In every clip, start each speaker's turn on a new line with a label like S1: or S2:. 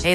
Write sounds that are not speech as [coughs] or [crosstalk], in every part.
S1: Hey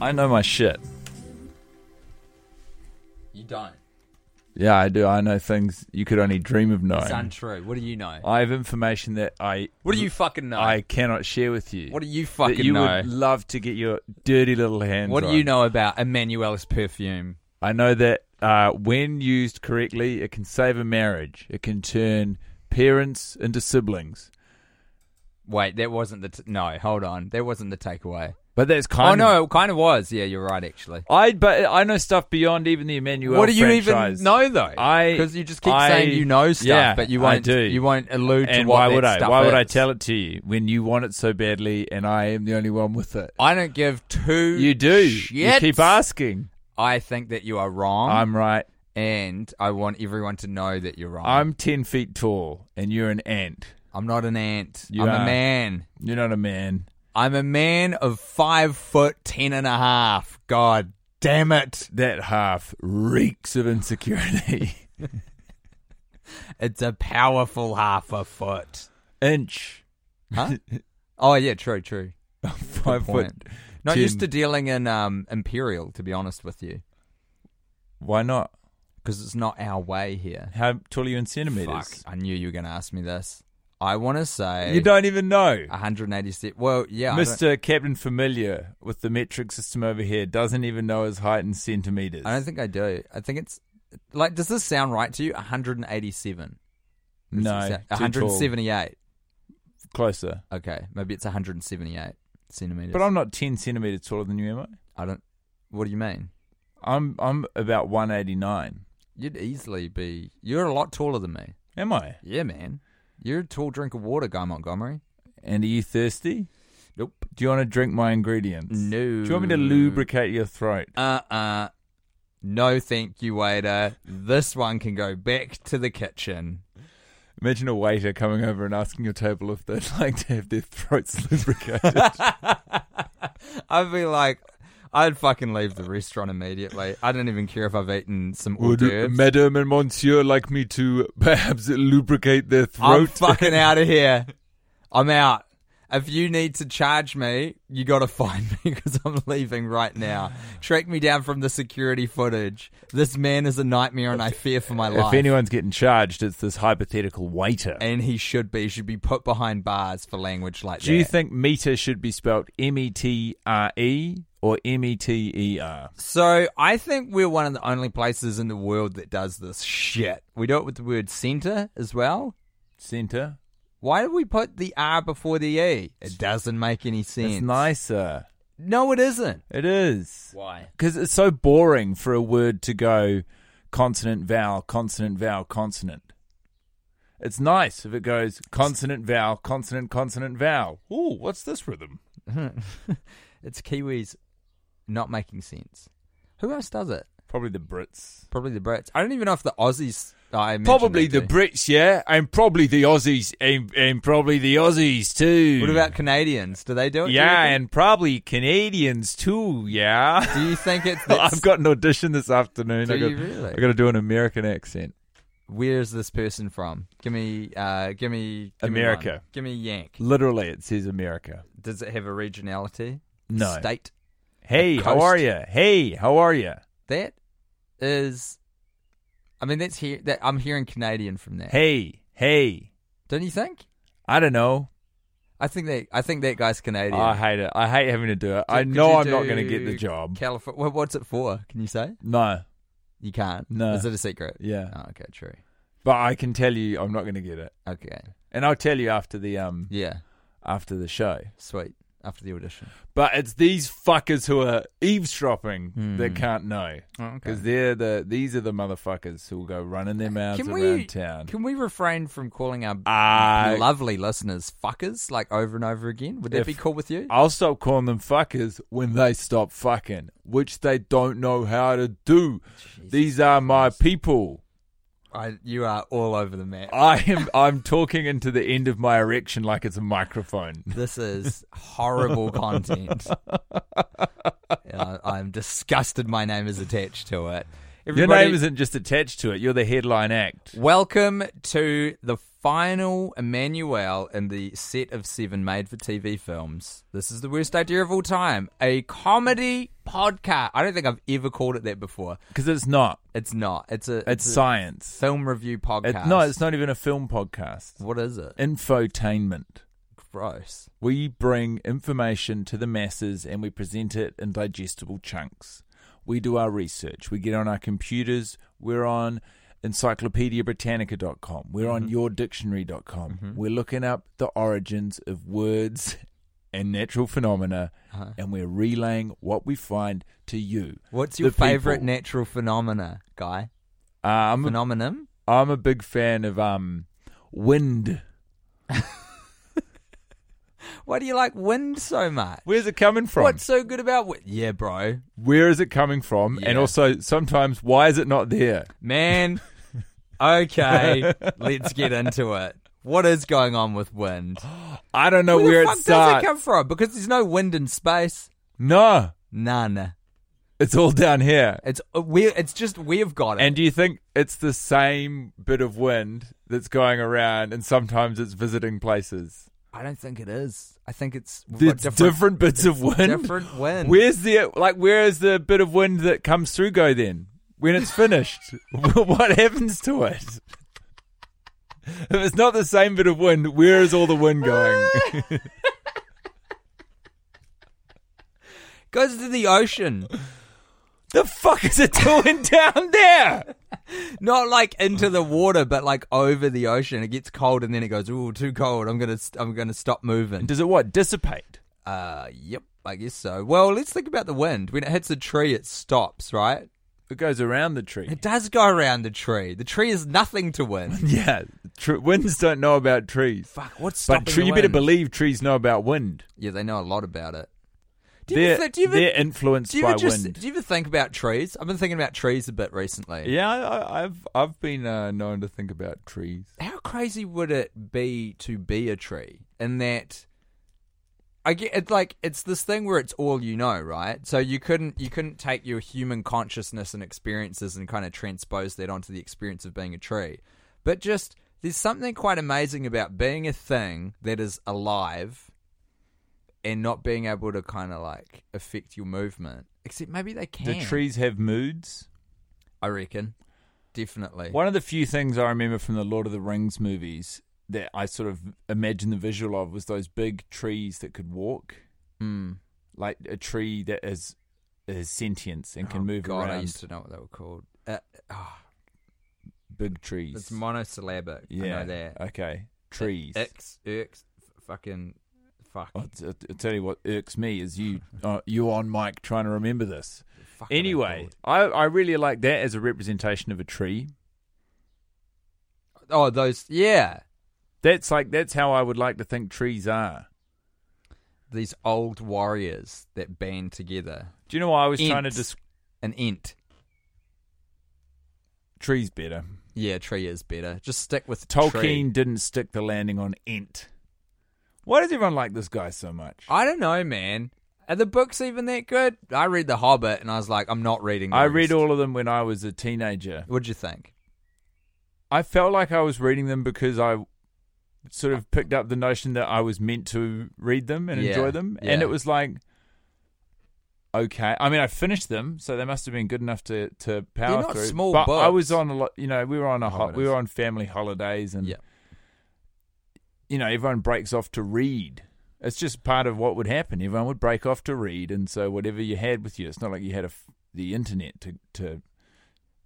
S2: I know my shit.
S3: You don't.
S2: Yeah, I do. I know things you could only dream of knowing.
S3: It's untrue. What do you know?
S2: I have information that I
S3: What do you fucking know?
S2: I cannot share with you.
S3: What do you fucking
S2: that you
S3: know?
S2: would love to get your dirty little hands.
S3: what do
S2: on.
S3: you know about Emmanuel's perfume?
S2: I know that uh, when used correctly, it can save a marriage. It can turn parents into siblings.
S3: Wait, that wasn't the t- no. Hold on, that wasn't the takeaway.
S2: But that's
S3: Oh
S2: kind. of,
S3: no, it kind of was. Yeah, you're right. Actually,
S2: I but I know stuff beyond even the Emmanuel.
S3: what do you
S2: franchise.
S3: even know though?
S2: I
S3: because you just keep
S2: I-
S3: saying you know stuff,
S2: yeah,
S3: but you
S2: I
S3: won't.
S2: do.
S3: You won't allude to
S2: And
S3: what
S2: why
S3: that
S2: would I?
S3: stuff
S2: Why would I
S3: is.
S2: tell it to you when you want it so badly and I am the only one with it?
S3: I don't give two.
S2: You do. You
S3: shits.
S2: keep asking.
S3: I think that you are wrong,
S2: I'm right.
S3: and I want everyone to know that you're wrong.
S2: I'm ten feet tall, and you're an ant.
S3: I'm not an ant.
S2: You
S3: I'm
S2: are.
S3: a man.
S2: You're not a man.
S3: I'm a man of five foot ten and a half. God damn it.
S2: That half reeks of insecurity.
S3: [laughs] It's a powerful half a foot.
S2: Inch, [laughs]
S3: Huh? oh yeah, true, true.
S2: five foot.
S3: point. Not
S2: Ten.
S3: used to dealing in um, Imperial, to be honest with you,
S2: Why not?
S3: because it's not our way here.
S2: How tall are you in
S3: Fuck,
S2: centimeters?
S3: I knew you were going to ask me this. I want to say
S2: You don't even know.
S3: 187. Well, yeah, I don't,
S2: Mr. Captain Familiar with the metric system over here doesn't even know his height in centimeters.
S3: I don't think I do. I think it's like, does this sound right to you? 187. Does
S2: No,
S3: it sound-
S2: too tall.
S3: 178.
S2: Closer.
S3: Okay, maybe it's 178 centimeters.
S2: But I'm not 10 centimeters taller than you, am I?
S3: I don't. What do you mean?
S2: I'm, I'm about 189.
S3: You'd easily be. You're a lot taller than me.
S2: Am I?
S3: Yeah, man. You're a tall drink of water, Guy Montgomery.
S2: And are you thirsty?
S3: Nope.
S2: Do you want to drink my ingredients?
S3: No.
S2: Do you want me to lubricate your throat?
S3: Uh uh. No, thank you, waiter. This one can go back to the kitchen. [laughs]
S2: Imagine a waiter coming over and asking your table if they'd [laughs] like to have their throats [laughs] lubricated.
S3: I'd be like, I'd fucking leave the restaurant immediately. I don't even care if I've eaten some hors d'oeuvres.
S2: Madame and Monsieur like me to perhaps lubricate their [laughs]
S3: I'm fucking out of here. I'm out. If you need to charge me, you got to [laughs] find me because I'm leaving right now. Track me down from the security footage. This man is a nightmare, and I fear for my life.
S2: If anyone's getting charged, it's this hypothetical waiter.
S3: and he should be, should be put behind bars for language like
S2: Do you
S3: that.
S2: think meter should be spelled M E T R E or M E T E R?
S3: so I think we're one of the only places in the world that does this shit. We do it with the word center as well.
S2: Center.
S3: Why do we put the R before the E? It doesn't make any sense.
S2: It's nicer.
S3: No, it isn't.
S2: It is.
S3: Why?
S2: Because it's so boring for a word to go consonant, vowel, consonant, vowel, consonant. It's nice if it goes consonant, vowel, consonant, consonant, vowel. Ooh, what's this rhythm?
S3: it's Kiwis not making sense. Who else does it?
S2: Probably the Brits.
S3: Probably the Brits. I don't even know if the Aussies. oh, I imagine
S2: Probably
S3: they
S2: the
S3: do.
S2: Brits, yeah, and probably the Aussies, and, and probably the Aussies too.
S3: What about Canadians? Do they do it? do you
S2: yeah,
S3: reckon?
S2: and probably Canadians too. Yeah,
S3: [laughs] do you think it's
S2: [laughs]
S3: that's-
S2: I've got an audition this afternoon.
S3: Do
S2: I got,
S3: you really?
S2: I got to do an American accent.
S3: where's this person from? Give me, uh, give me give me
S2: America.
S3: one. Give me Yank.
S2: Literally, it says America.
S3: Does it have a regionality?
S2: No.
S3: State.
S2: Hey, how
S3: coast.
S2: are you? Hey, how are you?
S3: That is. I mean, that's here. That I'm hearing Canadian from that.
S2: Hey, hey.
S3: Don't you think?
S2: I don't know.
S3: I think that I think that guy's Canadian.
S2: I hate it. I hate having to do it. I
S3: Could
S2: know
S3: you
S2: I'm not
S3: do
S2: going to get the job.
S3: Calif- wha- what's it for? Can you say?
S2: No,
S3: You can't.
S2: No.
S3: Is it a secret?
S2: Yeah.
S3: Oh, okay. True.
S2: but I can tell you, I'm not going to get it.
S3: Okay.
S2: And I'll tell you after the um
S3: Yeah.
S2: after the show.
S3: Sweet. After the audition.
S2: But it's these fuckers who are eavesdropping that can't know
S3: Hmm. Oh,
S2: because they're the these are the motherfuckers who will go running their mouths
S3: Can
S2: around
S3: we
S2: town.
S3: can we refrain from calling our
S2: Ah.
S3: lovely listeners fuckers like over and over again? Would that
S2: If-
S3: be cool with you?
S2: I'll stop calling them fuckers when they stop fucking, which they don't know how to do. These are my people.
S3: I, you are all over the map.
S2: I am I'm talking into the end of my erection like it's a microphone.
S3: This is
S2: [laughs]
S3: horrible content. And I, I'm disgusted. My name is attached to it.
S2: Your name isn't just attached to it. You're the headline act.
S3: Welcome to the final Emmanuel in the set of seven made for TV films. This is the worst idea of all time. A comedy podcast. I don't think I've ever called it that before.
S2: Because it's not.
S3: It's not. It's a
S2: It's
S3: a
S2: science.
S3: film review
S2: It-
S3: podcast.
S2: no, it's not even a film podcast.
S3: What is it?
S2: Infotainment.
S3: Gross.
S2: We bring information to the masses and we present it in digestible chunks. We do our research. We get on our computers. We're on encyclopediabritannica.com. We're on yourdictionary.com. com. We're looking up the origins of words [laughs] and natural phenomena and we're relaying what we find to you.
S3: What's your
S2: the people.
S3: favorite natural phenomena, guy?
S2: Uh, I'm, a,
S3: Phenomenon?
S2: I'm a big fan of um wind.
S3: Why do you like wind so much?
S2: Where's it coming from?
S3: What's so good about wind? Yeah, bro.
S2: Where is it coming from? And
S3: Yeah.
S2: also, sometimes, why is it not there? [laughs]
S3: Man. okay, let's get into it. What is going on with wind?
S2: I don't know
S3: Where
S2: where,
S3: the fuck
S2: it
S3: does
S2: starts.
S3: it come from? Because there's no wind in space.
S2: no,
S3: None.
S2: it's all down here.
S3: It's uh, we. It's just we've got it.
S2: And do you think it's the same bit of wind that's going around and sometimes it's visiting places?
S3: I don't think it is. I think it's we've
S2: There's
S3: got
S2: different, bits of wind.
S3: different wind.
S2: Where's the like? Where is the bit of wind that comes through? Go then when it's finished.
S3: [laughs]
S2: [laughs] what happens to it? If it's not the same bit of wind, where is all the wind
S3: [laughs]
S2: going?
S3: goes to the ocean,
S2: the fuck is it doing down there?
S3: not like into the water, but like over the ocean. It gets cold, and then it goes, "Ooh, too cold. I'm gonna, st- I'm gonna stop moving."
S2: Does it what dissipate?
S3: Uh, yep, I guess so. Well, let's think about the wind. When it hits a tree, it stops, right?
S2: It goes around the tree.
S3: It does go around the tree. The tree is nothing to wind.
S2: Yeah, tr- winds don't know about trees.
S3: [laughs] Fuck, what's stopping
S2: But tree,
S3: the
S2: you better
S3: wind?
S2: believe trees know about wind.
S3: Yeah, they know a lot about it. Do you
S2: They're,
S3: ever, do you ever,
S2: they're influenced
S3: do you
S2: by
S3: ever just,
S2: wind.
S3: do you ever think about trees? I've been thinking about trees a bit recently.
S2: Yeah, I, I've I've been uh, known to think about trees.
S3: How crazy would it be to be a tree? In that, I get it's like it's this thing where it's all you know, right? So you couldn't you couldn't take your human consciousness and experiences and kind of transpose that onto the experience of being a tree. But just there's something quite amazing about being a thing that is alive and not being able to kind of like affect your movement. Except maybe they can.
S2: Do trees have moods?
S3: I reckon, definitely.
S2: One of the few things I remember from the Lord of the Rings movies that I sort of imagined the visual of was those big trees that could walk, Hmm.
S3: Mm.
S2: like a tree that is is sentience and can
S3: Oh,
S2: move
S3: God,
S2: around.
S3: I used to know what they were called. Uh, oh,
S2: Big trees.
S3: it's monosyllabic.
S2: yeah.
S3: I know that.
S2: Okay. Trees.
S3: X, X, f- fucking, fuck.
S2: Oh, t- t- I tell you what irks me is you uh, you on mic trying to remember this.
S3: Fuck are they
S2: Anyway, I, I really like that as a representation of a tree.
S3: called? Oh, those. Yeah.
S2: That's like that's how I would like to think trees are.
S3: These old warriors that band together.
S2: Do you know why I was trying to
S3: Ents.
S2: dis-
S3: An ent.
S2: Tree's better.
S3: Yeah, tree is better. Just stick with
S2: Tolkien
S3: tree.
S2: didn't stick the landing on Ent. Why does everyone like this guy so much?
S3: I don't know, man. Are the books even that good? I read The Hobbit, and I was like, I'm not reading. The
S2: I read
S3: rest.
S2: all of them when I was a teenager.
S3: What'd you think?
S2: I felt like I was reading them because I sort of picked up the notion that I was meant to read them and
S3: Yeah,
S2: enjoy them. And
S3: yeah.
S2: it was like, okay. I mean, I finished them, so they must have been good enough to, to power
S3: They're not
S2: through.
S3: small
S2: but I
S3: books.
S2: was on a lot, you know, we were on a ho- we
S3: Holidays.
S2: were on family holidays and,
S3: Yeah.
S2: you know, everyone breaks off to read. It's just part of what would happen. Everyone would break off to read. And so whatever you had with you, it's not like you had a f the internet to, to,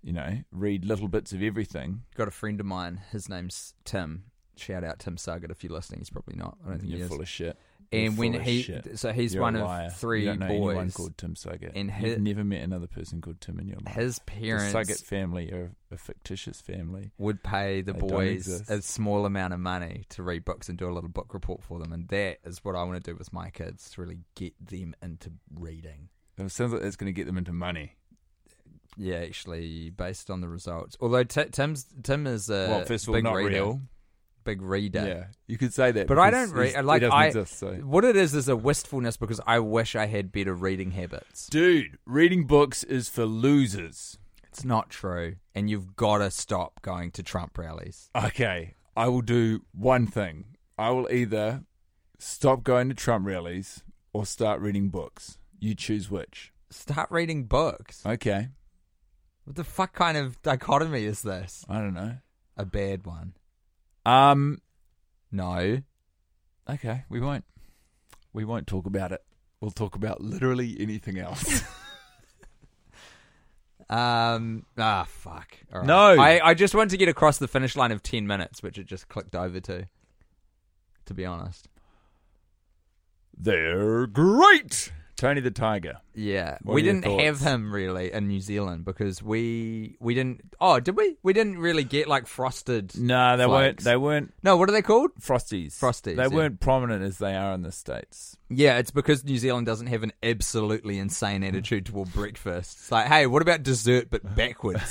S2: you know, read little bits of everything.
S3: Got a friend of mine. His name's Tim. Shout out Tim Sagat if you're listening. He's probably not. I don't think he
S2: You're
S3: is.
S2: full of shit.
S3: And
S2: You're
S3: when
S2: full of
S3: he-
S2: shit.
S3: so he's
S2: You're a
S3: one of
S2: liar.
S3: three
S2: you don't know Anyone
S3: boys.
S2: called Tim Suggett.
S3: And
S2: You've
S3: hi-
S2: never met another person called Tim in your life.
S3: His parents-
S2: the Suggett family are a fictitious family.
S3: Would pay the
S2: They don't
S3: boys
S2: exist.
S3: a small amount of money to read books and do a little book report for them, and that is what I want to do with my kids to really get them into reading.
S2: It sounds like that's going to get them into money.
S3: Yeah, actually, based on the results. Although t- Tim's Tim is a
S2: well, first of all,
S3: big
S2: not
S3: reader,
S2: real.
S3: big reader.
S2: Yeah, you could say that.
S3: But I
S2: because
S3: don't read. uh,
S2: he's-
S3: Like
S2: he doesn't
S3: I,
S2: exist, so.
S3: what it is is a wistfulness because I wish I had better reading habits.
S2: Dude, reading books is for losers.
S3: It's not true, and you've got to stop going to Trump rallies.
S2: Okay, I will do one thing. I will either stop going to Trump rallies or start reading books. You choose which.
S3: Start reading books.
S2: Okay,
S3: What the fuck kind of dichotomy is this?
S2: I don't know.
S3: A bad one.
S2: Um.
S3: No.
S2: Okay, we won't. We won't talk about it. We'll talk about literally anything
S3: [laughs]
S2: else.
S3: Um. Ah, fuck. All right.
S2: No.
S3: I, I just want to get across the finish line of 10 minutes, which it just clicked over to, to be honest.
S2: They're great. Tony the Tiger.
S3: Yeah.
S2: What
S3: we
S2: are your
S3: didn't
S2: thoughts?
S3: have him really in New Zealand because we we didn't. Oh, did we? We didn't really get like frosted.
S2: No, they weren't.
S3: flakes.
S2: They weren't
S3: No, what are they called?
S2: frosties.
S3: Frosties,
S2: They
S3: yeah.
S2: weren't prominent as they are in the states.
S3: Yeah, it's because New Zealand doesn't have an absolutely insane attitude toward breakfast. It's like, hey, what about dessert
S2: [laughs]
S3: but backwards?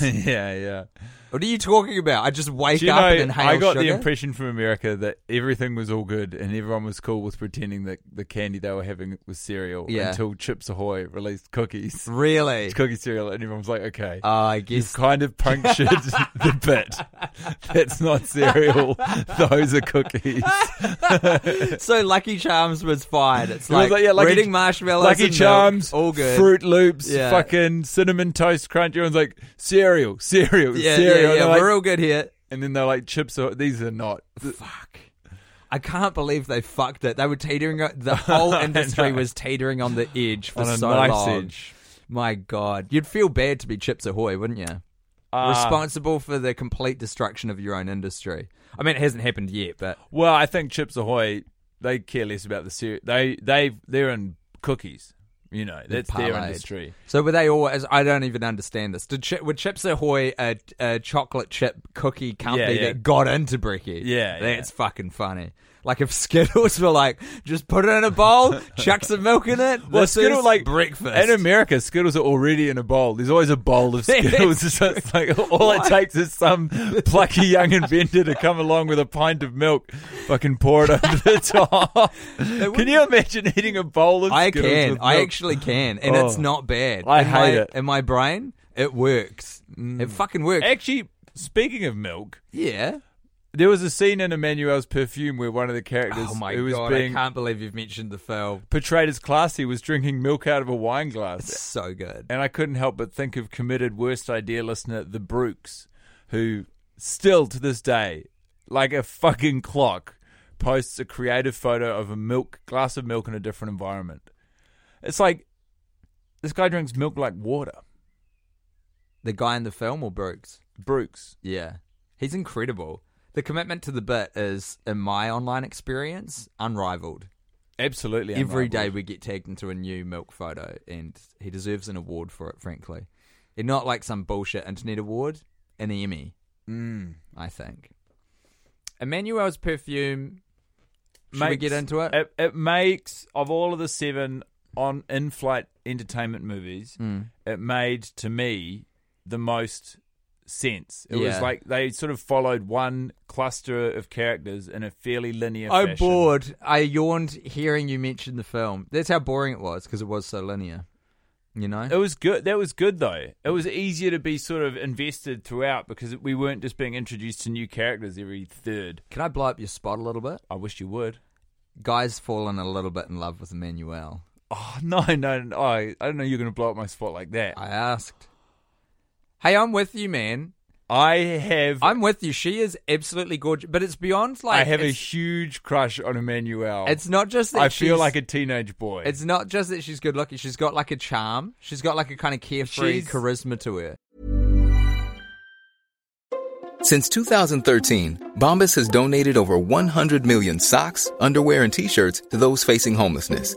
S2: [laughs] yeah, yeah.
S3: What are you talking about? I just wake
S2: Do you
S3: up and
S2: know?
S3: inhale
S2: I got the
S3: sugar?
S2: impression from America that everything was all good and everyone was cool with pretending that the candy they were having was cereal
S3: Yeah.
S2: until Chips Ahoy released cookies. [laughs]
S3: Really?
S2: It's cookie cereal, and everyone was like, "Okay,
S3: Oh, I
S2: You've
S3: guess.
S2: kind of
S3: [laughs]
S2: punctured the bit. That's not cereal. Those are cookies.
S3: So Lucky Charms was fine. It's
S2: It was
S3: like,
S2: like, yeah, Lucky-
S3: reading marshmallows,
S2: Lucky
S3: and milk,
S2: Charms,
S3: all good.
S2: Fruit Loops,
S3: Yeah.
S2: fucking cinnamon toast crunch. Everyone's like cereal, cereal,
S3: yeah, yeah,
S2: cereal.
S3: yeah,
S2: And they're like-
S3: we're all good here.
S2: and then they're like chips. Are, these are not.
S3: Fuck. I can't believe they fucked it. They were teetering. o-
S2: [laughs]
S3: The whole industry was teetering on the edge for
S2: On a
S3: so
S2: knife's
S3: long.
S2: edge.
S3: My God, you'd feel bad to be Chips Ahoy, wouldn't you?
S2: Uh,
S3: Responsible for the complete destruction of your own industry. I mean, it hasn't happened yet, but
S2: Well, I think Chips Ahoy. They care less about the cereal. They they they're in cookies. You know that's their
S3: parlayed.
S2: industry.
S3: So were they always? I don't even understand this. Did Chi- were Chips Ahoy a, a chocolate chip cookie company
S2: Yeah, yeah.
S3: that got into brekkie?
S2: Yeah,
S3: that's
S2: yeah.
S3: fucking funny. Like if Skittles [laughs] were like, just put it in a bowl, chuck some milk in it.
S2: Well,
S3: this
S2: Skittles
S3: is
S2: like
S3: breakfast.
S2: in [laughs] America. Skittles are already in a bowl. There's always a bowl of Skittles. [laughs]
S3: [laughs]
S2: so it's like all it takes is some plucky young inventor to come along with a pint of milk, fucking pour it over
S3: [laughs]
S2: the top. can you imagine eating a bowl of?
S3: I
S2: Skittles
S3: can.
S2: with
S3: I
S2: milk?
S3: actually can, and it's
S2: Oh.
S3: not bad.
S2: I
S3: in my,
S2: hate it. Mm.
S3: in my brain. It works. It fucking works.
S2: actually. Speaking of milk,
S3: yeah.
S2: there was a scene in Emmanuel's Perfume where one of the characters
S3: Oh my
S2: who was
S3: god!
S2: being
S3: I can't believe you've mentioned the film.
S2: portrayed as classy was drinking milk out of a wine glass.
S3: It's so good.
S2: and I couldn't help but think of committed worst idea listener the Brooks, who still to this day, like a fucking clock, posts a creative photo of a milk glass of milk in a different environment. It's like this guy drinks milk like water.
S3: The guy in the film or Brooks?
S2: Brooks.
S3: Yeah. He's incredible. The commitment to the bit is, in my online experience, unrivaled.
S2: Absolutely.
S3: Every
S2: unrivaled.
S3: day we get tagged into a new milk photo, and he deserves an award for it, frankly. And not like some bullshit internet award, an Emmy,
S2: Mm.
S3: I think. Emmanuel's perfume. Should we
S2: Makes-
S3: get into it?
S2: it? It makes of all of the seven on in Hmm. flight entertainment movies,
S3: Mm.
S2: it made to me the most sense. It
S3: Yeah.
S2: was like they sort of followed one cluster of characters in a fairly linear
S3: I
S2: fashion.
S3: Oh, bored. I yawned hearing you mention the film. That's how boring it was because it was so linear. You know?
S2: It was good. That was good though. It was easier to be sort of invested throughout because we weren't just being introduced to new characters every third.
S3: Can I blow up your spot a little bit?
S2: I wish you would.
S3: Guy's fallen a little bit in love with Emmanuel.
S2: Oh [laughs] no, no, no! I, I don't know. You're going to blow up my spot like that.
S3: I asked. Hey, I'm with you, man.
S2: I have.
S3: I'm with you. She is absolutely gorgeous, but it's beyond like
S2: I have a
S3: it's,
S2: huge crush on Emmanuel.
S3: it's not just that
S2: I feel
S3: she's-
S2: like a teenage boy.
S3: It's not just that she's good looking. She's got like a charm. She's got like a kind of carefree
S2: She's-
S3: charisma to her.
S4: Since 2013, Bombas has donated over 100 million socks, underwear, and t shirts to those facing homelessness.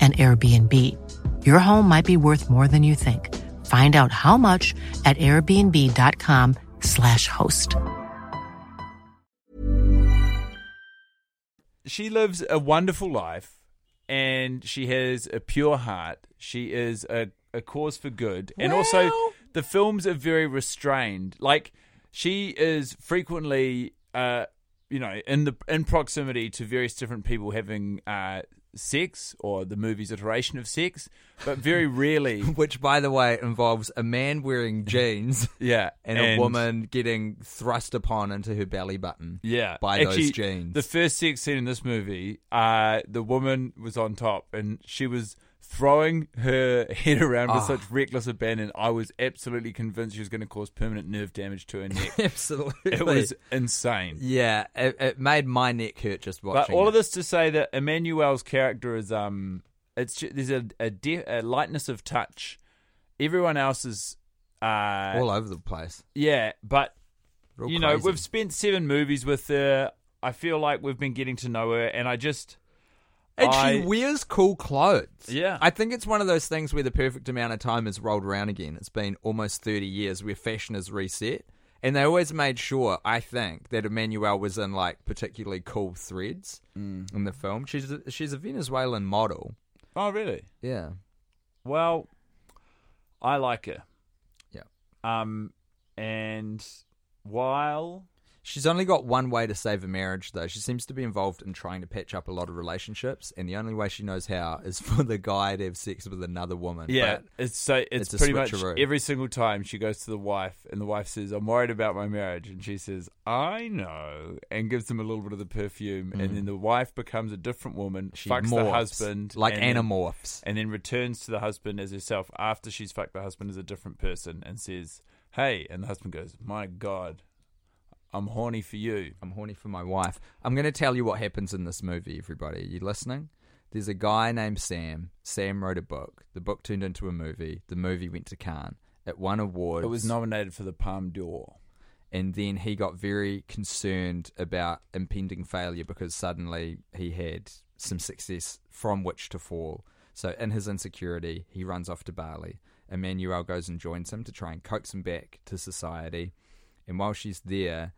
S1: an Airbnb. Your home might be worth more than you think. Find out how much at airbnb.com/slash host.
S2: she lives a wonderful life and she has a pure heart. She is a, a cause for good. And also, the films are very restrained. Like, she is frequently, uh, you know, in the in proximity to various different people having uh, sex or the movie's iteration of sex, but very rarely. [laughs]
S3: Which, by the way, involves a man wearing jeans
S2: Yeah.
S3: and, a woman getting thrust upon into her belly button.
S2: Yeah,
S3: by
S2: Actually,
S3: those jeans.
S2: The first sex scene in this movie, uh, the woman was on top and she was throwing her [laughs] head around with
S3: Ah.
S2: such reckless abandon. I was absolutely convinced she was going to cause permanent nerve damage to her
S3: [laughs]
S2: neck.
S3: [laughs] Absolutely,
S2: it was insane.
S3: Yeah, it, it made my neck hurt just watching.
S2: But all
S3: it.
S2: of this to say that Emmanuel's character is um, it's ju- there's a a, de- a lightness of touch. Everyone else is uh,
S3: all over the place.
S2: yeah, but
S3: Real
S2: you know,
S3: crazy.
S2: we've spent seven movies with her. I feel like we've been getting to know her, and I just
S3: And
S2: I-
S3: she wears cool clothes.
S2: Yeah.
S3: I think it's one of those things where the perfect amount of time has rolled around again. It's been almost 30 years where fashion is reset. And they always made sure, I think, that Emmanuel was in like particularly cool threads
S2: Mm.
S3: in the film. She's a, she's a Venezuelan model.
S2: oh really?
S3: Yeah.
S2: Well, I like her.
S3: Yeah.
S2: Um, and while
S3: She's only got one way to save a marriage, though. She seems to be involved in trying to patch up a lot of relationships, and the only way she knows how is [laughs] for the guy to have sex with another woman.
S2: yeah,
S3: But
S2: it's so it's,
S3: it's a
S2: pretty much
S3: switcheroo.
S2: every single time she goes to the wife, and the wife says, "I'm worried about my marriage," and she says, "I know," and gives him a little bit of the perfume, and then the wife becomes a different woman,
S3: Mm. she
S2: fucks
S3: morphs,
S2: the husband
S3: like
S2: and then-
S3: anamorphs.
S2: and then returns to the husband as herself after she's fucked the husband as a different person and says, Hey, and the husband goes, My God, I'm horny for you.
S3: I'm horny for my wife. I'm going to tell you what happens in this movie, everybody. Are you listening? There's a guy named Sam. Sam wrote a book. The book turned into a movie. The movie went to Cannes. It won awards.
S2: It was nominated for the Palme d'Or.
S3: And then he got very concerned about impending failure because suddenly he had some success from which to fall. So, in his insecurity, he runs off to Bali. Emmanuel goes and joins him to try and coax him back to society. And while she's there,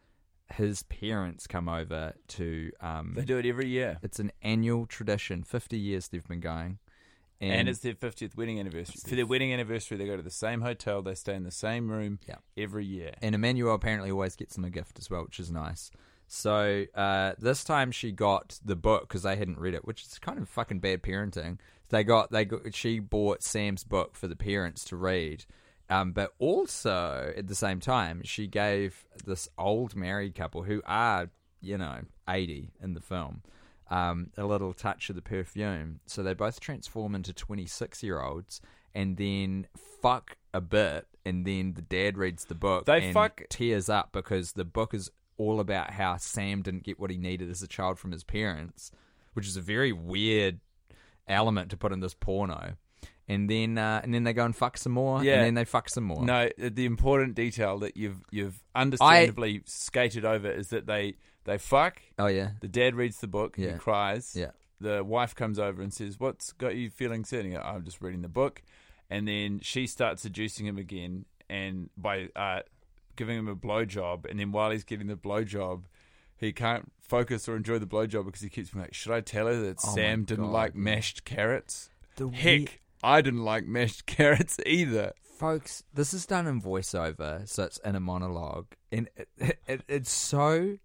S3: his parents come over to. Um,
S2: They do it every year.
S3: It's an annual tradition. Fifty years they've been going, and,
S2: And, it's their 50th wedding anniversary. For their wedding anniversary, they go to the same hotel, they stay in the same room
S3: Yeah.
S2: every year.
S3: and Emmanuel apparently always gets them a gift as well, which is nice. So uh, this time she got the book because they hadn't read it, which is kind of fucking bad parenting. They got they got, she bought Sam's book for the parents to read, um, but also at the same time she gave this old married couple who are you know eighty in the film um, a little touch of the perfume. So they both transform into 26 year olds and then fuck a bit. And then the dad reads the book.
S2: They
S3: and
S2: fuck-
S3: tears up because the book is all about how Sam didn't get what he needed as a child from his parents, which is a very weird element to put in this porno. And then, uh, and then they go and fuck some more.
S2: Yeah.
S3: And then they fuck some more.
S2: No, uh, the important detail that you've you've understandably skated over is that they they fuck.
S3: Oh yeah.
S2: The dad reads the book. He
S3: Yeah.
S2: cries.
S3: Yeah.
S2: The wife comes over and says, "What's got you feeling sad?" And he goes, I'm just reading the book, and then she starts seducing him again, and by uh, giving him a blowjob, and then while he's getting the blowjob. He can't focus or enjoy the blowjob because he keeps being like, "Should I tell her that
S3: Oh my
S2: Sam didn't
S3: God,
S2: like
S3: yeah.
S2: mashed carrots?
S3: The
S2: Heck,
S3: we-
S2: I didn't like mashed [laughs] carrots either."
S3: folks this is done in voiceover so it's in a monologue and it, it, it's so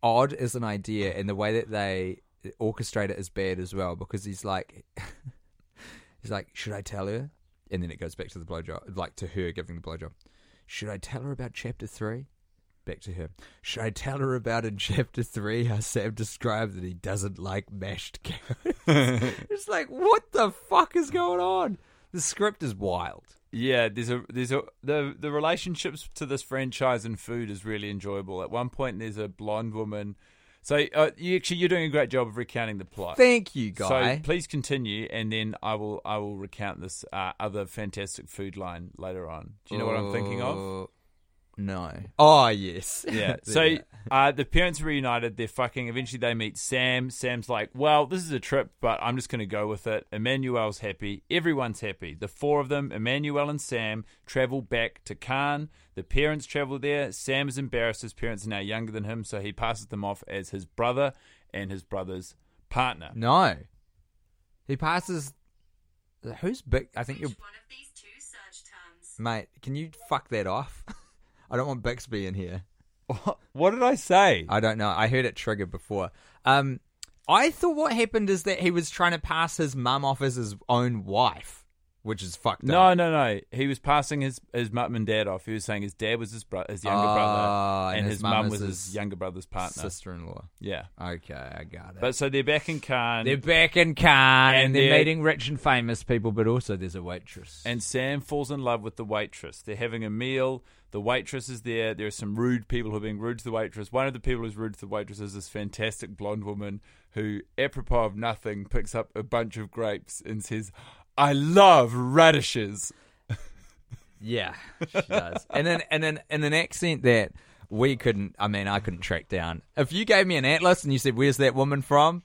S3: odd as an idea and the way that they orchestrate it is bad as well because he's like [laughs] he's like should i tell her and then it goes back to the blowjob like to her giving the blowjob should i tell her about chapter 3 back to her should i tell her about in chapter 3 how sam described that he doesn't like mashed carrots it's like what the fuck is going on the script is wild
S2: Yeah, there's a there's a the the relationships to this franchise and food is really enjoyable. At one point, there's a blonde woman. So uh, you actually you're doing a great job of recounting the plot.
S3: Thank you, guy.
S2: So please continue, and then I will I will recount this uh, other fantastic food line later on. Do you know what I'm thinking of?
S3: Uh, No. Oh yes.
S2: [laughs]
S3: [laughs]
S2: Yeah.
S3: There
S2: So
S3: you go.
S2: uh, the parents are reunited. They're fucking. Eventually, they meet Sam. Sam's like, "Well, this is a trip, but I'm just going to go with it." Emmanuel's happy. Everyone's happy. The four of them, Emmanuel and Sam, travel back to Cannes. The parents travel there. Sam is embarrassed. His parents are now younger than him, so he passes them off as his brother and his brother's partner.
S3: no. He passes. Who's big? I think you're. Mate, can you fuck that off? [laughs] I don't want Bixby in here.
S2: What did I say?
S3: I don't know. I heard it triggered before. Um, I thought what happened is that he was trying to pass his mum off as his own wife, which is fucked
S2: No,
S3: up.
S2: no, no. He was passing his his mum and dad off. He was saying his dad was his bro- his younger
S3: Ah,
S2: brother,
S3: and
S2: and
S3: his
S2: his
S3: mum
S2: mum
S3: is
S2: was
S3: his
S2: his younger brother's partner.
S3: Sister-in-law.
S2: Yeah.
S3: Okay, I got it.
S2: But so they're back in Cannes,
S3: They're back in Cannes and,
S2: And
S3: they're
S2: they're-
S3: meeting rich and famous people, but also there's a waitress.
S2: and Sam falls in love with the waitress. They're having a meal. The waitress is there. There are some rude people who are being rude to the waitress. One of the people who's rude to the waitress is this fantastic blonde woman who, apropos of nothing, picks up a bunch of grapes and says, "I love radishes."
S3: yeah, she does. [laughs] and then and then and an accent that we couldn't. I mean, I couldn't track down. If you gave me an atlas and you said, "Where's that woman from?"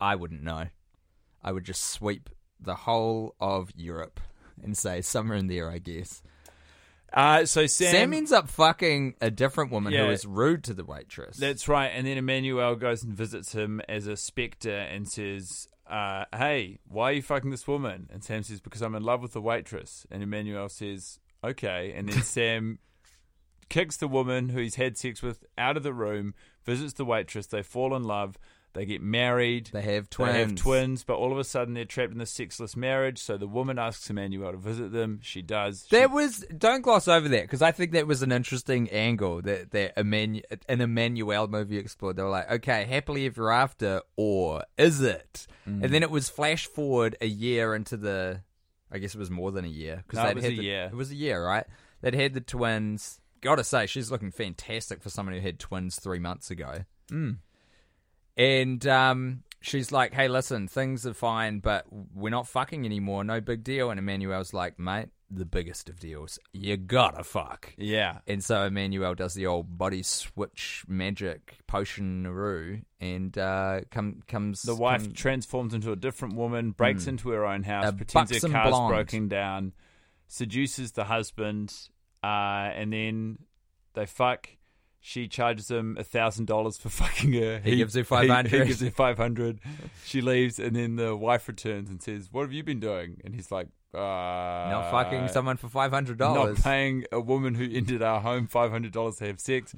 S3: I wouldn't know. I would just sweep the whole of Europe and say somewhere in there, I guess.
S2: Uh, so
S3: Sam, ends up fucking a different woman who
S2: Yeah.
S3: is rude to the waitress.
S2: That's right. And then Emmanuel goes and visits him as a spectre and says, uh, Hey, why are you fucking this woman? And Sam says, Because I'm in love with the waitress. And Emmanuel says, Okay. And
S3: [laughs]
S2: then Sam kicks the woman who he's had sex with out of the room, visits the waitress. They fall in love. They get married.
S3: They have
S2: They have
S3: twins.
S2: twins, but all of a sudden they're trapped in this sexless marriage. So the woman asks Emmanuel to visit them. She does. She
S3: That was don't gloss over that because I think that was an interesting angle that that Emmanuel, an Emmanuel movie explored. They were like, okay, happily ever after, or is it?
S2: Mm.
S3: And then it was flash forward a year into the, I guess it was more than a year
S2: No, it
S3: they'd
S2: was
S3: had
S2: a
S3: the-
S2: year.
S3: It was a year, right? They'd had the twins. Gotta say, she's looking fantastic for someone who had twins three months ago. And um, she's like, hey, listen, things are fine, but we're not fucking anymore. No big deal. And Emmanuel's like, mate, the biggest of deals. You gotta fuck.
S2: yeah.
S3: And so Emmanuel does the old body switch magic potion roo and uh, come, comes.
S2: The wife
S3: come-
S2: transforms into a different woman, breaks into her own house,
S3: Hmm. A
S2: pretends her
S3: buxom
S2: car's
S3: blonde.
S2: broken down, seduces the husband, uh, and then they fuck. She charges him a thousand dollars for [laughs] fucking her.
S3: He gives her
S2: [laughs] he- He,
S3: 500.
S2: gives her five hundred. She leaves, and then the wife returns and says, "What have you been doing?" And he's like, uh,
S3: Not fucking someone for five hundred
S2: not
S3: dollars.
S2: paying a woman who entered our home five hundred dollars to have sex."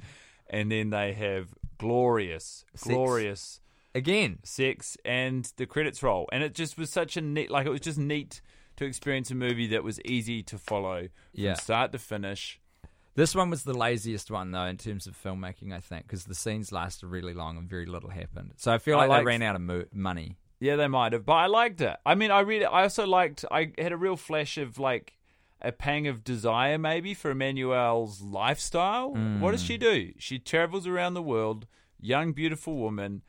S2: And then they have glorious,
S3: Sex.
S2: glorious
S3: Again,
S2: sex and the credits roll and it just was such a neat like it was just neat to experience a movie that was easy to follow
S3: Yeah.
S2: from start to finish
S3: this one was the laziest one though in terms of filmmaking. I think because the scenes lasted really long and very little happened. So I feel
S2: I
S3: like they
S2: liked-
S3: ran out of mo- money.
S2: yeah they might have but i liked it i mean i read it i also liked i had a real flash of like a pang of desire maybe for emmanuel's lifestyle what does she do she travels around the world young beautiful woman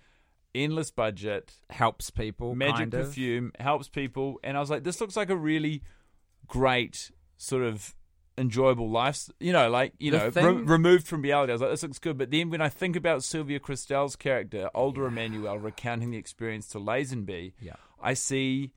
S2: endless budget
S3: Helps people.
S2: magic
S3: kind of.
S2: perfume helps people and i was like this looks like a really great sort of enjoyable life you know like you
S3: The
S2: know
S3: thing-
S2: re- removed from reality i was like this looks good but then when i think about sylvia kristal's character older emmanuel recounting the experience to lazenby
S3: Yeah.
S2: i see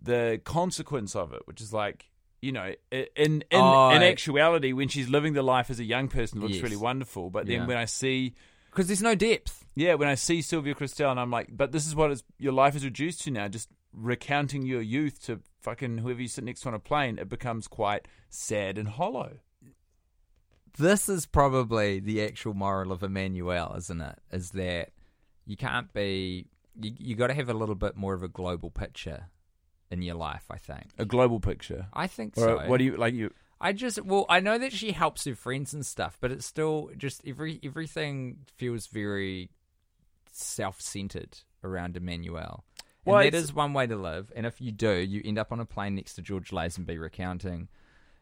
S2: the consequence of it which is like you know i- in in,
S3: Oh,
S2: in
S3: I-
S2: actuality when she's living the life as a young person it looks
S3: Yes.
S2: really wonderful but
S3: Yeah.
S2: then when i see
S3: Because there's no depth.
S2: yeah, when I see Sylvia Kristel, and I'm like, but this is what it's, your life is reduced to now. Just recounting your youth to fucking whoever you sit next to on a plane, it becomes quite sad and hollow.
S3: This is probably the actual moral of Emmanuel, isn't it? Is that you can't be. You, you got to have a little bit more of a global picture in your life. I think.
S2: A global picture.
S3: I think
S2: Or
S3: so.
S2: Uh, what do you like? You
S3: I just well, I know that she helps her friends and stuff, but it's still just every everything feels very self-centered around Emmanuel. And
S2: Well,
S3: that
S2: it's-
S3: is one way to live. And if you do, you end up on a plane next to George Lazenby recounting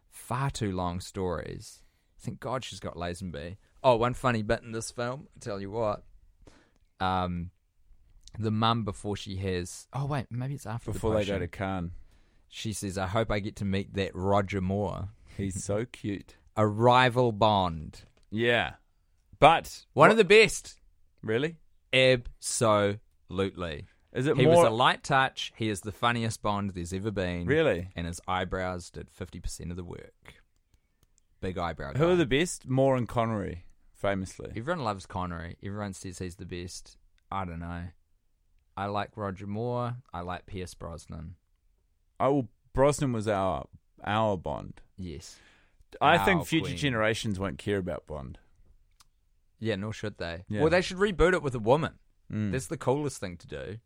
S3: far too long stories. Thank God she's got Lazenby. Oh, one funny bit in this film, I tell you what. Um, the mum before she has. Oh wait, maybe it's after the
S2: before they go
S3: potion.
S2: to Cannes,
S3: She says, "I hope I get to meet that Roger Moore."
S2: he's so cute.
S3: a rival bond.
S2: Yeah, but
S3: One of the best.
S2: really
S3: Absolutely.
S2: is it
S3: He
S2: more
S3: was a light touch. He is the funniest Bond there's ever been.
S2: really?
S3: And his eyebrows did 50% of the work. Big eyebrow.
S2: Who
S3: guy.
S2: are the best? Moore and Connery, famously.
S3: Everyone loves Connery. Everyone says he's the best. I don't know. I like Roger Moore. I like Pierce Brosnan.
S2: I will. Brosnan was our our Bond.
S3: Yes.
S2: I
S3: Our
S2: think future
S3: queen.
S2: generations won't care about Bond.
S3: Yeah, nor should they.
S2: Yeah.
S3: Well, they should reboot it with a woman.
S2: Mm.
S3: That's the coolest thing to do.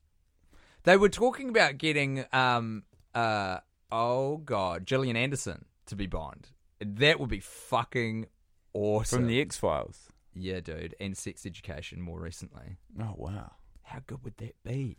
S3: They were talking about getting um uh oh god, Gillian Anderson to be Bond. That would be fucking awesome.
S2: from the X Files.
S3: yeah, dude, and Sex Education more recently.
S2: Oh wow.
S3: How good would that be?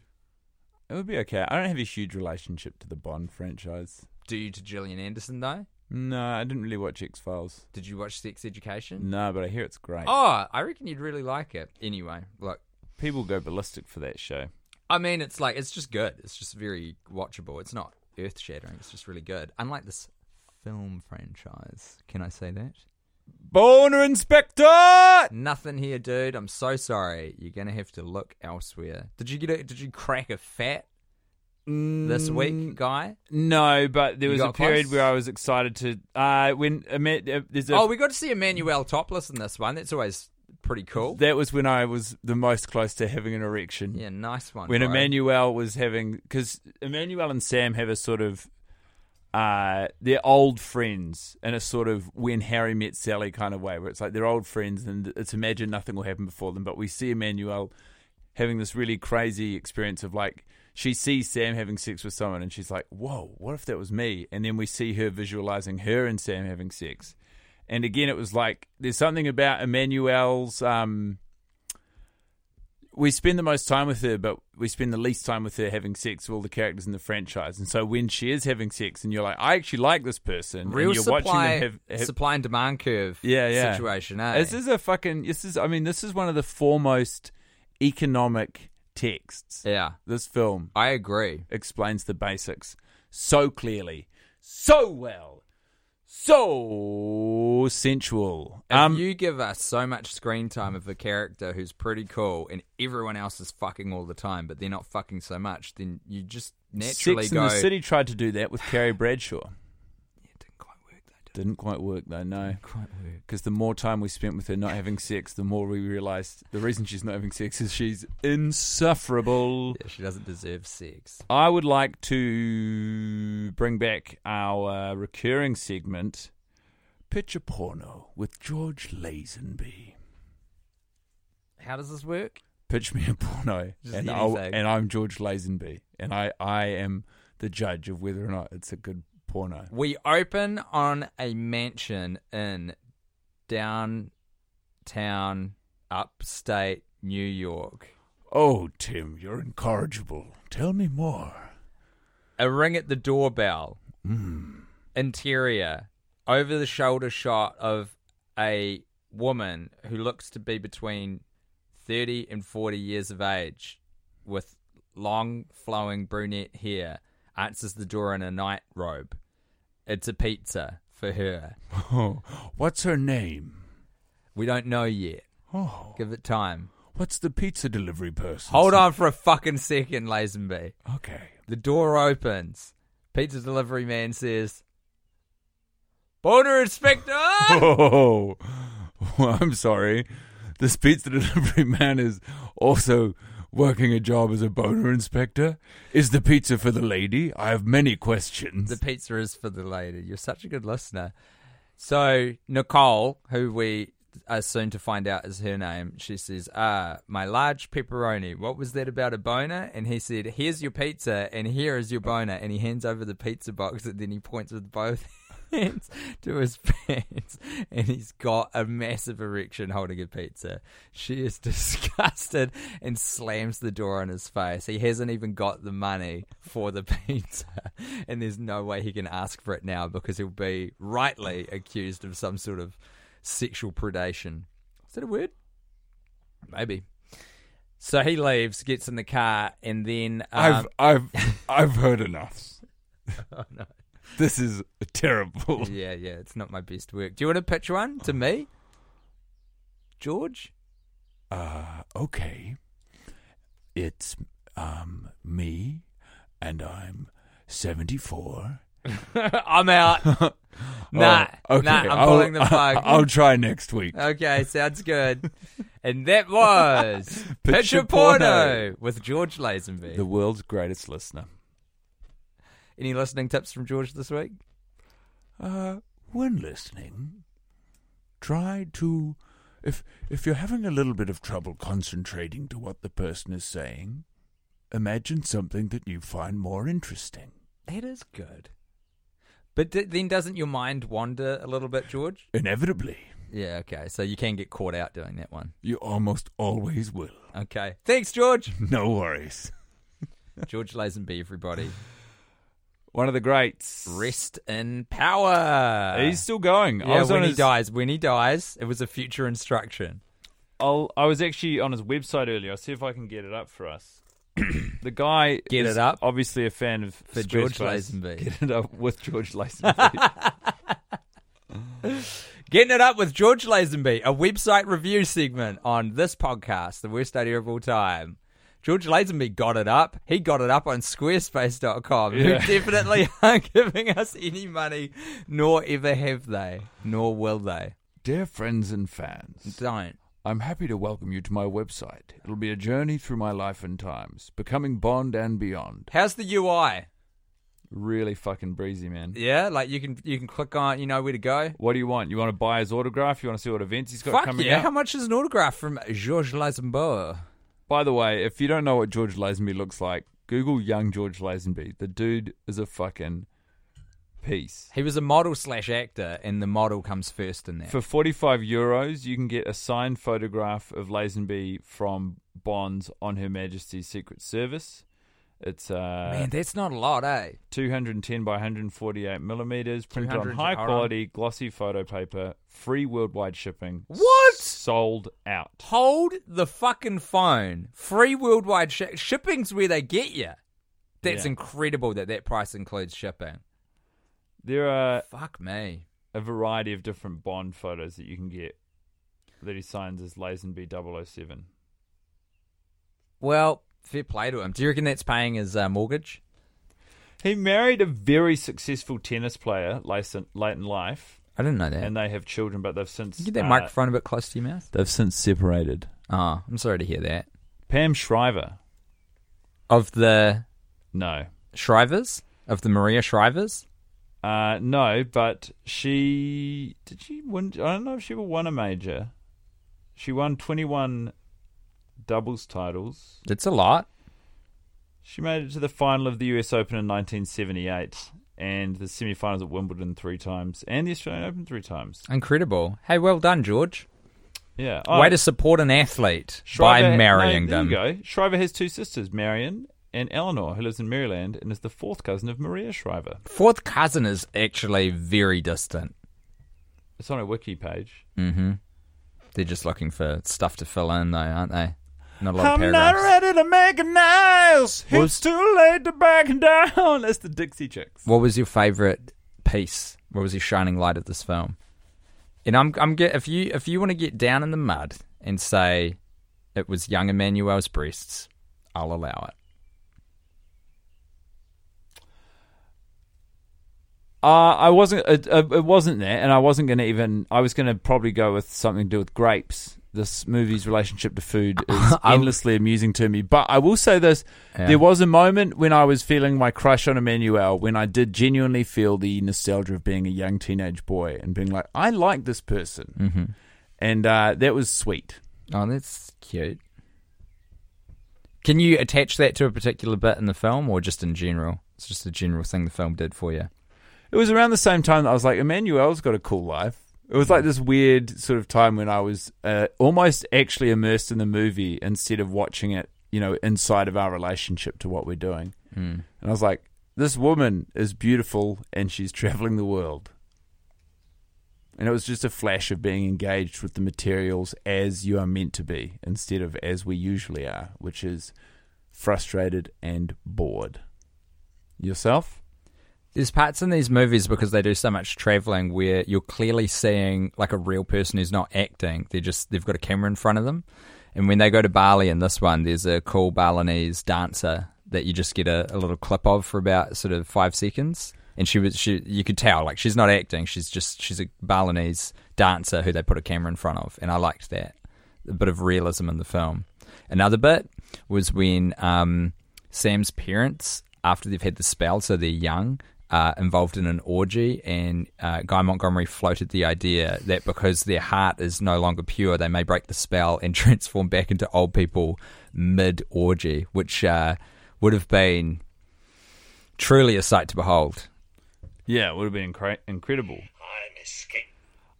S2: It would be okay. I don't have a huge relationship to the Bond franchise.
S3: Do you to Gillian Anderson though?
S2: No, I didn't really watch X Files.
S3: Did you watch Sex Education?
S2: No, but I hear it's great.
S3: Oh, I reckon you'd really like it. Anyway, look,
S2: People go ballistic for that show.
S3: I mean, it's like it's just good. It's just very watchable. It's not earth shattering. It's just really good. Unlike this film franchise, can I say that?
S2: Boner Inspector!
S3: Nothing here, dude. I'm so sorry. You're gonna have to look elsewhere. Did you get a? Did you crack a fat this
S2: Mm,
S3: week, guy?
S2: No, but there
S3: You
S2: was a
S3: got
S2: period
S3: close?
S2: where I was excited to. Uh, when I met, uh, there's a,
S3: oh, we got to see Emmanuel topless in this one. That's always pretty cool.
S2: that was when I was the most close to having an erection.
S3: yeah, nice one.
S2: when
S3: bro.
S2: Emmanuel was having because Emmanuel and Sam have a sort of uh they're old friends in a sort of when Harry met Sally kind of way where it's like they're old friends and it's imagined nothing will happen before them but we see Emmanuel having this really crazy experience of like she sees Sam having sex with someone and she's like whoa what if that was me and then we see her visualizing her and Sam having sex and again it was like there's something about Emmanuel's um we spend the most time with her, but we spend the least time with her having sex with all the characters in the franchise. And so when she is having sex, and you're like, I actually like this person,
S3: real
S2: and you're
S3: supply,
S2: watching them have, have
S3: supply and demand curve.
S2: yeah, yeah.
S3: Situation. Eh?
S2: This is a fucking. This is. I mean, this is one of the foremost economic texts.
S3: yeah,
S2: This film
S3: I agree.
S2: explains the basics so clearly, so well, so sensual. Um,
S3: If you give us so much screen time of a character who's pretty cool and everyone else is fucking all the time, but they're not fucking so much, then you just naturally
S2: Sex
S3: go.
S2: in the City tried to do that with Carrie Bradshaw.
S3: It didn't quite work though,
S2: Didn't quite work though, no. Quite work. Because the more time we spent with her not having sex, the more we realised the reason she's not having sex is she's insufferable.
S3: Yeah, she doesn't deserve sex.
S2: I would like to bring back our uh, recurring segment, Picture Porno with George Lazenby.
S3: How does this work?
S2: Pitch me a [laughs] porno,
S3: Just
S2: and, I'll,
S3: anything.
S2: and I'm George Lazenby, and I, I am the judge of whether or not it's a good porno.
S3: We open on a mansion in downtown, upstate New York.
S2: Oh, Tim, you're incorrigible. Tell me more.
S3: A ring at the doorbell. Interior. Over the shoulder shot of a woman who looks to be between 30 and 40 years of age with long flowing brunette hair answers the door in a night robe. It's a pizza for her.
S2: Oh, [laughs] what's her name?
S3: We don't know yet.
S2: Oh,
S3: Give it time.
S2: what's the pizza delivery person?
S3: Hold on for a fucking second, Lazenby.
S2: Okay. [laughs]
S3: The door opens. Pizza delivery man says, "Boner inspector."
S2: Oh, [laughs] I'm sorry. This pizza [laughs] delivery man is also working a job as a boner inspector. Is the pizza for the lady? I have many questions.
S3: the pizza is for the lady. You're such a good listener. So Nicole, who we are soon to find out is her name, she says, "Ah, my large pepperoni. What was that about a boner?" And he said, "Here's your pizza, and here is your boner." And he hands over the pizza box, and then he points with both. [laughs] hands to his [laughs] pants and he's got a massive erection holding a pizza. She is [laughs] disgusted and slams the door in his face. He hasn't even got the money for the [laughs] pizza and there's no way he can ask for it now because he'll be rightly accused of some sort of sexual predation. Is that a word? Maybe. So he leaves, gets in the car, and then um, Oh,
S2: I've I've
S3: [laughs]
S2: I've heard enough. This is terrible.
S3: yeah, yeah, it's not my best work. Do you want to pitch one to me, George?
S2: uh, okay, it's um me, and I'm seventy four.
S3: [laughs] I'm out. nah, nah, I'm pulling the plug.
S2: Oh, [laughs]
S3: [laughs] Uh,
S2: I'll try next week.
S3: okay, sounds good. and that [laughs] was
S2: Picture
S3: Picture Porno
S2: Porno.
S3: with George Lazenby.
S2: The world's greatest listener.
S3: Any listening tips from George this week?
S2: Uh, when listening, try to if if you're having a little bit of trouble concentrating to what the person is saying, imagine something that you find more interesting.
S3: That is good. But d- then doesn't your mind wander a little bit, George?
S2: Inevitably,
S3: Yeah, okay. So you can get caught out doing that one.
S2: you almost always will. [laughs]
S3: Okay. Thanks, George. [laughs]
S2: No worries.
S3: George Lazenby, everybody.
S2: One of the greats.
S3: Rest in power.
S2: He's still going.
S3: yeah,
S2: I was
S3: when
S2: on
S3: he
S2: his,
S3: dies, when he dies, it was a future instruction.
S2: I'll, I was actually on his website earlier. I'll see if I can get it up for us.
S3: [coughs]
S2: the guy
S3: Get
S2: is
S3: it up.
S2: obviously a fan of
S3: For George
S2: Squarespace.
S3: Lazenby.
S2: [laughs] Get it up with George
S3: [laughs]
S2: Lazenby.
S3: Getting it up with George Lazenby, a website review segment on this podcast, the worst idea of all time. George Lazenby got it up. He got it up on squarespace.com,
S2: Yeah.
S3: who definitely [laughs] aren't giving us any money, nor ever have they, nor will they.
S2: Dear friends and fans,
S3: Don't.
S2: I'm happy to welcome you to my website. It'll be a journey through my life and times, becoming Bond and beyond.
S3: How's the UI?
S2: Really fucking breezy, man.
S3: Yeah, like you can you can click on, you know where to go.
S2: What do you want? You want to buy his autograph? You want to see what events he's got
S3: Fuck
S2: coming
S3: yeah!
S2: up?
S3: How much is an autograph from George Lazenby?
S2: By the way, if you don't know what George Lazenby looks like, Google young George Lazenby. The dude is a fucking piece.
S3: He was a model slash actor, and the model comes first in that.
S2: For 45 euros, you can get a signed photograph of Lazenby from Bond on Her Majesty's Secret Service. It's uh,
S3: Man, that's not a lot, eh?
S2: 210 by 148 millimeters, printed on
S3: 200
S2: high
S3: hold on.
S2: quality glossy photo paper, free worldwide shipping.
S3: What?
S2: Sold out.
S3: Hold the fucking phone. Free worldwide shi- shipping's where they get you. That's
S2: Yeah.
S3: incredible that that price includes shipping.
S2: There are
S3: Fuck me.
S2: a variety of different Bond photos that you can get that he signs as Lazenby 007.
S3: Well, fair play to him. Do you reckon that's paying his uh, mortgage?
S2: He married a very successful tennis player late in, late in life
S3: I didn't know that.
S2: and they have children, but they've since
S3: Get that
S2: uh,
S3: microphone a bit close to your mouth.
S2: They've since separated.
S3: Oh, I'm sorry to hear that.
S2: Pam Shriver.
S3: Of the
S2: No,
S3: Shrivers? Of the Maria Shrivers?
S2: uh, no, but she did. She win. I don't know if she ever won a major. She won twenty-one doubles titles.
S3: That's a lot.
S2: She made it to the final of the US Open in 1978 and the semi-finals at Wimbledon three times and the Australian Open three times.
S3: Incredible. Hey, well done, George.
S2: Yeah.
S3: Way
S2: Oh,
S3: to support an athlete by
S2: Shriver-
S3: marrying
S2: no, there
S3: them.
S2: You go. Shriver has two sisters, Marion and Eleanor, who lives in Maryland and is the fourth cousin of Maria Shriver.
S3: Fourth cousin is actually very distant.
S2: It's on her wiki page.
S3: hmm They're just looking for stuff to fill in, though, aren't they? Not a lot of
S2: I'm not
S3: paragraphs.
S2: ready to make a nice. It's too late to back down. That's the Dixie Chicks.
S3: What was your favorite piece? What was your shining light of this film? And I'm, I'm get if you if you want to get down in the mud and say it was young Emmanuel's breasts, I'll allow it.
S2: Uh, I wasn't. It, uh, it wasn't there, and I wasn't going to even. I was going to probably go with something to do with grapes. This movie's relationship to [laughs] food is
S3: I-
S2: endlessly amusing to me. But I will say this:
S3: Yeah.
S2: there was a moment when I was feeling my crush on Emmanuel, when I did genuinely feel the nostalgia of being a young teenage boy and being like, "I like this person," and uh, that was sweet.
S3: Oh, that's cute. Can you attach that to a particular bit in the film, or just in general? It's just a general thing the film did for you.
S2: It was around the same time that I was like, Emmanuel's got a cool life. It was like this weird sort of time when I was uh, almost actually immersed in the movie instead of watching it, you know, inside of our relationship to what we're doing. Mm. And I was like, this woman is beautiful and she's traveling the world. And it was just a flash of being engaged with the materials as you are meant to be instead of as we usually are, which is frustrated and bored. Yourself?
S3: There's parts in these movies because they do so much traveling where you're clearly seeing like a real person who's not acting. They're just they've got a camera in front of them. And when they go to Bali in this one, there's a cool Balinese dancer that you just get a, a little clip of for about sort of five seconds. And she was she you could tell like she's not acting. She's just she's a Balinese dancer who they put a camera in front of. And I liked that a bit of realism in the film. Another bit was when um, Sam's parents, after they've had the spell, so they're young, uh, involved in an orgy, and uh, Guy Montgomery floated the idea that because their heart is no longer pure, they may break the spell and [laughs] transform back into old people mid orgy, which uh, would have been truly a sight to behold.
S2: Yeah, it would have been incre- incredible.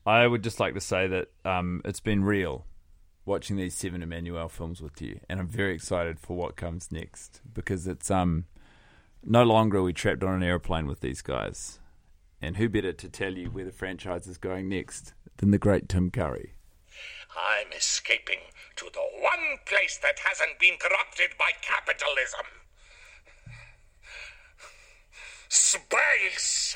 S2: I would just like to say that um, it's been real watching these seven Emmanuel films with you, and I'm very excited for what comes next because it's um no longer are we trapped on an airplane with these guys, and who better to tell you where the franchise is going next than the great Tim Curry?
S5: I'm escaping to the one place that hasn't been corrupted by capitalism. Space!